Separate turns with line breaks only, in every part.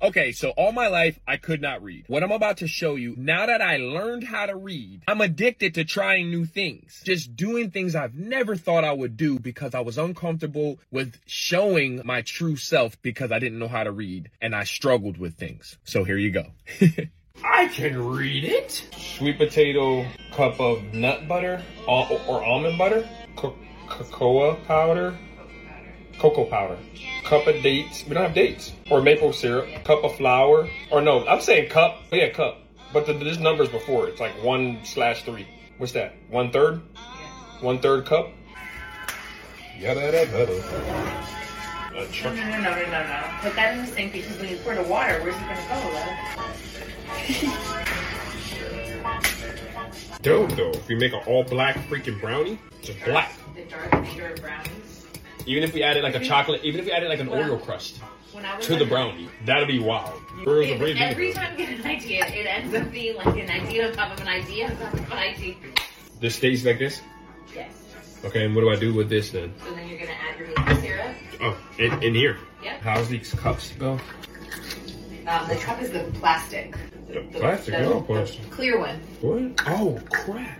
Okay, so all my life I could not read. What I'm about to show you, now that I learned how to read, I'm addicted to trying new things. Just doing things I've never thought I would do because I was uncomfortable with showing my true self because I didn't know how to read and I struggled with things. So here you go. I can read it. Sweet potato cup of nut butter al- or almond butter, co- cocoa powder, cocoa powder, cup of dates. We don't have dates or maple syrup, cup of flour, or no, I'm saying cup. Yeah, cup. But the, this number's before. It's like one slash three. What's that? One third. One third cup. Yada yada yada. A
No,
chunk.
no, no, no, no, no, no. Put that in the sink because when you pour the water, where's it gonna go, love?
Dope though. If we make an all black freaking brownie, just black.
The dark sugar brownies.
Even if we added like a chocolate, even if we added like an Oreo crust
When I was
to the
younger,
brownie, that'd be wild.
it- every time you get an idea, it ends up being like an idea on top of an idea on top of an idea.
This stays like this.
Yes.
Okay, and what do I do with this then?
So then you're gonna add your maple syrup.
Oh, in, in here.
Yep.
How's these cups go?
Um, the cup is the plastic.
The plastic, no plastic.
Clear one.
What? Oh crap!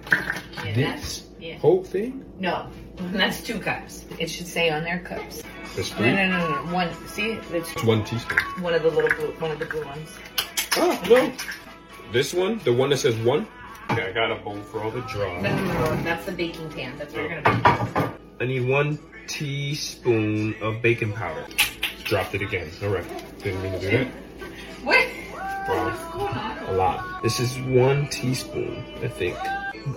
Yeah,
This
that- yeah.
whole thing.
No, that's two cups. It should say on their cups.
It's
No,
three.
no, no, no, no. One. See, it's
It's one teaspoon.
one of the little blue, one of the blue ones.
Oh no! This one, the one that says one. Okay, I got a bowl for all the
No,
draw.
no, no, no, that's the baking pan. That's what you're gonna bake.
I need one teaspoon of baking powder. Dropped it again. All right. Didn't mean to do that.
What?
Wow.
What's going on?
a lot. This is one teaspoon, I think.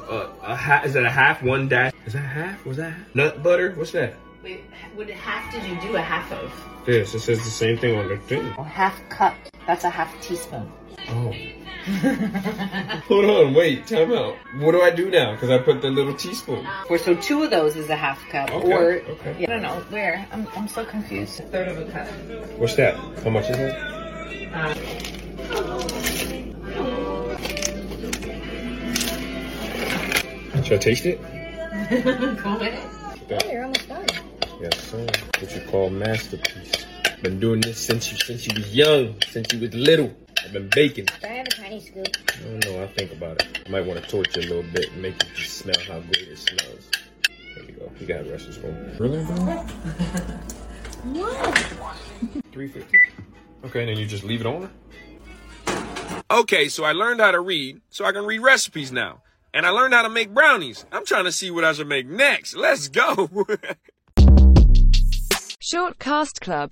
Uh, a half, is that a half? One dash? Is that half? Was that half? nut butter? What's that?
Wait, would half did you do a half of?
This. It says the same thing on the thing.
A half cup. That's a half teaspoon.
Oh. Hold on. Wait. Time out. What do I do now? Because I put the little teaspoon.
Or so two of those is a half cup.
Okay,
Or
okay.
yeah, I don't know where. I'm I'm so confused. third of a cup.
What's that? How much is it? Should I taste it?
Go with it.
Yeah,
you're almost done.
Yes, sir. What you call masterpiece. Been doing this since you since you was young, since you was little. I've been baking.
Do I have a tiny scoop?
I don't know. I think about it. I might want to torture a little bit and make you just smell how good it smells. There you go. You got the rest of the spoon. Really? Three fifty. Okay, and then you just leave it on. Okay, so I learned how to read, so I can read recipes now, and I learned how to make brownies. I'm trying to see what I should make next. Let's go.
Shortcast Club